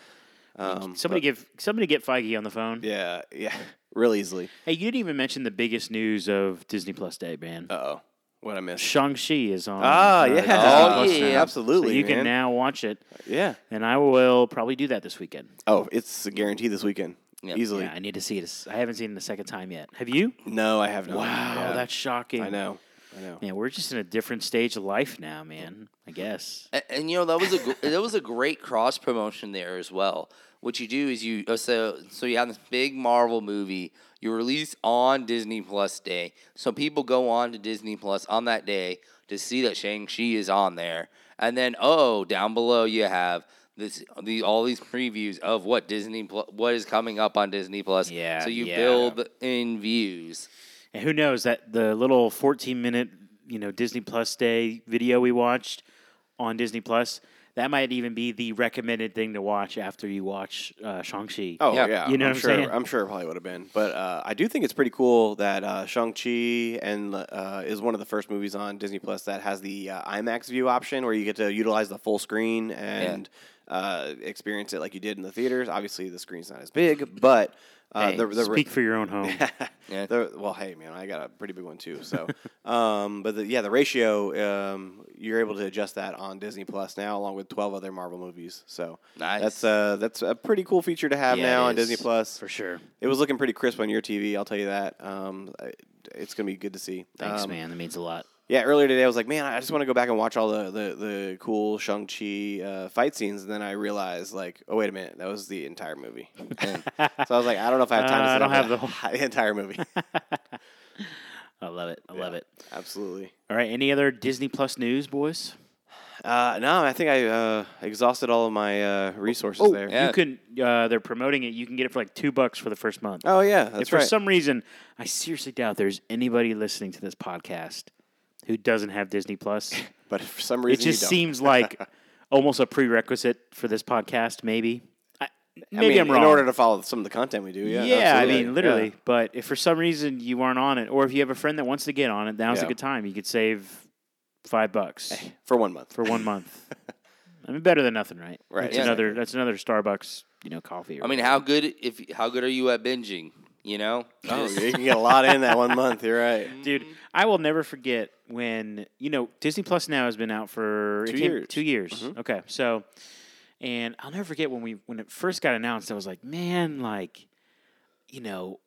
B: Um,
A: somebody give somebody get Feige on the phone.
B: yeah, yeah, real easily.
A: Hey, you didn't even mention the biggest news of Disney Plus Day, man.
B: Uh oh, what I missed.
A: Shang-Chi is on.
B: Ah,
A: uh,
B: yeah.
A: Disney
C: Oh,
A: Plus
C: yeah,
A: now.
B: absolutely,
A: So you
B: man.
A: can now watch it,
B: Yeah.
A: and I will probably do that this weekend.
B: Oh, it's a guarantee this weekend.
C: Yeah.
B: Easily.
A: Yeah, I need to see it. as- I haven't seen it a second time yet. Have you?
B: No, I have not.
A: Wow,
B: Yeah.
A: that's shocking.
B: I know. I know.
A: Man, we're just in a different stage of life now, man. I guess.
C: A- And, you know that was a gr- that was a great cross promotion there as well. What you do is you uh, so so you have this big Marvel movie you release on Disney Plus Day, so people go on to Disney Plus on that day to see that Shang Chi is on there, and then oh down below you have this the all these previews of what Disney Plus what is coming up on Disney Plus.
D: Yeah,
C: so you
D: yeah.
C: build in views.
A: And who knows that the little 14 minute, you know, Disney Plus day video we watched on Disney Plus, that might even be the recommended thing to watch after you watch uh, Shang-Chi.
B: Oh
C: Yeah.
B: yeah,
A: You know
B: I'm
A: what I'm
B: sure.
A: saying?
B: I'm sure it probably would have been, but uh, I do think it's pretty cool that uh, Shang Chi and uh, is one of the first movies on Disney Plus that has the uh, IMAX view option, where you get to utilize the full screen and uh, experience it like you did in the theaters. Obviously, the screen's not as big, but uh,
A: Hey,
B: the, the
A: speak for your own home.
C: Yeah.
B: The- well, hey man, I got a pretty big one too. So, um, but the, yeah, the ratio um, you're able to adjust that on Disney Plus now, along with 12 other Marvel movies. So
C: Nice.
B: that's uh, that's a pretty cool feature to have
C: Yeah,
B: now
C: it
B: on Disney
C: is.
B: Plus
A: for sure.
B: It was looking pretty crisp on your TV. I'll tell you that. Um, I- it's gonna be good to see.
D: Thanks,
B: Um,
D: man. That means a lot.
B: Yeah, earlier today I was like, man, I just want to go back and watch all the the, the cool Shang Chi uh, fight scenes, and then I realized like, oh wait a minute, that was the entire movie. And so I was like, I don't know if I have time.
A: Uh,
B: to
A: I
B: sit
A: don't
B: down
A: have
B: for
A: the whole-
B: the entire movie.
D: I love it. I love it.
B: Absolutely.
A: All right, any other Disney Plus news, boys?
B: Uh, no, I think I uh, exhausted all of my uh,
A: Oh,
B: resources there.
C: yeah.
A: You can uh, they're promoting it. You can get it for like 2 bucks for the first month.
B: Oh yeah, that's
A: if for
B: right.
A: some reason, I seriously doubt there's anybody listening to this podcast who doesn't have Disney Plus.
B: but if for some
A: It
B: reason
A: just
B: you don't.
A: seems like almost a prerequisite for this podcast. Maybe, I,
B: I
A: maybe
B: mean,
A: am wrong.
B: In order to follow some of the content we do, yeah.
A: yeah, I
B: absolutely.
A: mean, literally. But if for some reason you aren't on it, or if you have a friend that wants to get on it, now's
B: Yeah.
A: a good time. You could save five bucks
B: Yeah. for one month.
A: for one month. I mean, better than nothing, right?
B: Right,
A: That's
C: yeah.
A: another. That's another Starbucks. You know, coffee. or
C: I mean, how good if how good are you at binging? You know,
B: Oh,
C: Just-
B: you can get a lot in that one month. You're right.
A: dude i will never forget when you know disney plus now has been out for
B: Two
A: it came-
B: years. Mm-hmm.
A: two years okay so and i'll never forget when we when it first got announced i was like man like you know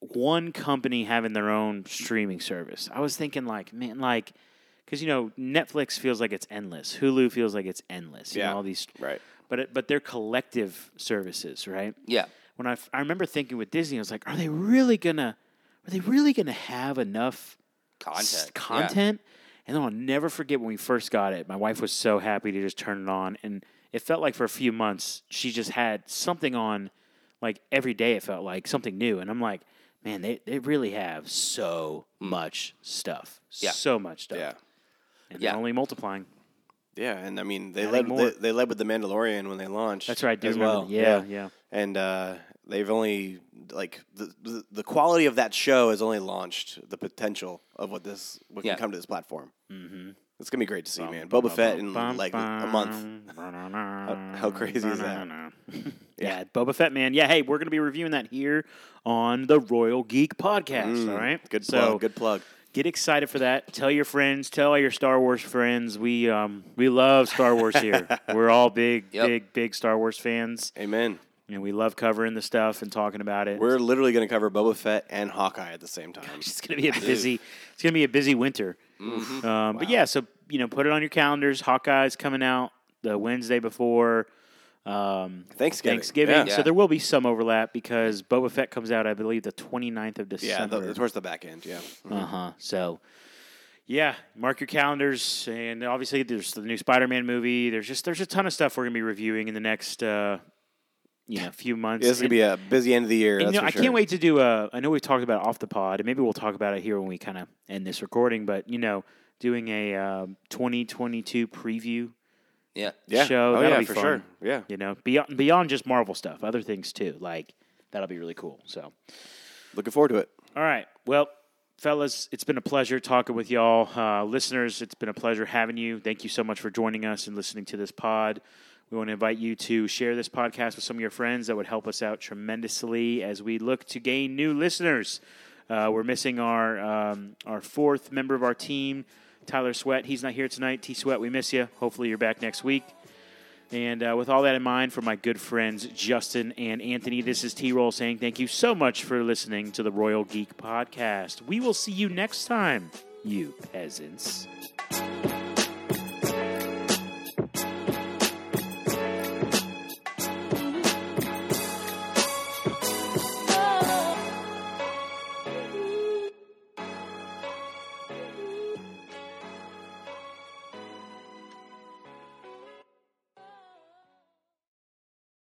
A: one company having their own streaming service i was thinking like man like because you know netflix feels like it's endless hulu feels like it's endless you know,
B: Yeah.
A: all these
B: Right.
A: but it, but they're collective services right
C: yeah.
A: when I, f- I remember thinking with disney i was like are they really gonna are they really gonna have enough
C: content.
A: s-
C: yeah.
A: content. And then I'll never forget when we first got it. My wife was so happy to just turn it on, and it felt like for a few months she just had something on, like every day. It felt like something new, and I'm like, man, they they really have so much stuff,
C: Yeah.
A: so much stuff,
B: Yeah.
A: and
C: Yeah.
A: they're only multiplying.
B: Yeah, and I mean they led
A: Adding
B: they,
A: more.
B: they led with the Mandalorian when they launched.
A: That's right, I do
B: as
A: remember.
B: well.
A: Yeah, yeah.
B: And uh, they've only like the, the the quality of that show has only launched the potential of what this what
C: Yeah.
B: can come to this platform. Mm-hmm. It's gonna be great to
A: Oh,
B: see, man. Boba Fett in like a month. how crazy is that?
A: yeah, Boba Fett, man. Yeah, hey, we're gonna be reviewing that here on the Royal Geek Podcast. all right,
B: Mm, Good
A: So
B: plug. Good plug.
A: Get excited for that. Tell your friends. Tell all your Star Wars friends. We um, we love Star Wars here. We're all big,
C: Yep.
A: big, big Star Wars fans,
B: Amen.
A: and we love covering the stuff and talking about it.
B: We're literally going to cover Boba Fett and Hawkeye at the same time.
A: it's going to be a busy. It's going to be a busy winter.
B: Mm-hmm.
A: Um, But yeah, so you know, put it on your calendars. Hawkeye's coming out the Wednesday before um,
B: Thanksgiving.
A: Thanksgiving,
B: Yeah,
A: so there will be some overlap because Boba Fett comes out, I believe, the 29th of
B: yeah
A: December.
B: the, towards the back end. Yeah.
A: Uh huh. So, yeah, mark your calendars, and obviously there's the new Spider-Man movie. There's just there's a ton of stuff we're gonna be reviewing in the next uh, you know few months.
B: This is going to
A: And-
B: be a busy end of the year.
A: and,
B: That's
A: you know,
B: for
A: I
B: sure.
A: can't wait to do. A, I know we've talked about it off the pod, and maybe we'll talk about it here when we kind of end this recording. But you know, doing a um, 2022 preview,
C: Yeah.
B: Yeah.
A: show,
B: Oh,
A: that'll
B: yeah,
A: be
B: for
A: fun.
B: sure. Yeah.
A: you know, beyond beyond just Marvel stuff, other things too. Like that'll be really cool. So.
B: Looking forward to it.
A: All right. Well, fellas, it's been a pleasure talking with y'all. Uh, listeners, it's been a pleasure having you. Thank you so much for joining us and listening to this pod. We want to invite you to share this podcast with some of your friends. That would help us out tremendously as we look to gain new listeners. Uh, we're missing our um, our fourth member of our team, Tyler Sweat. He's not here tonight. T Sweat, we miss you. Hopefully, you're back next week. And uh, with all that in mind, for my good friends Justin and Anthony, this is T Roll saying thank you so much for listening to the Royal Geek Podcast. We will see you next time, you peasants.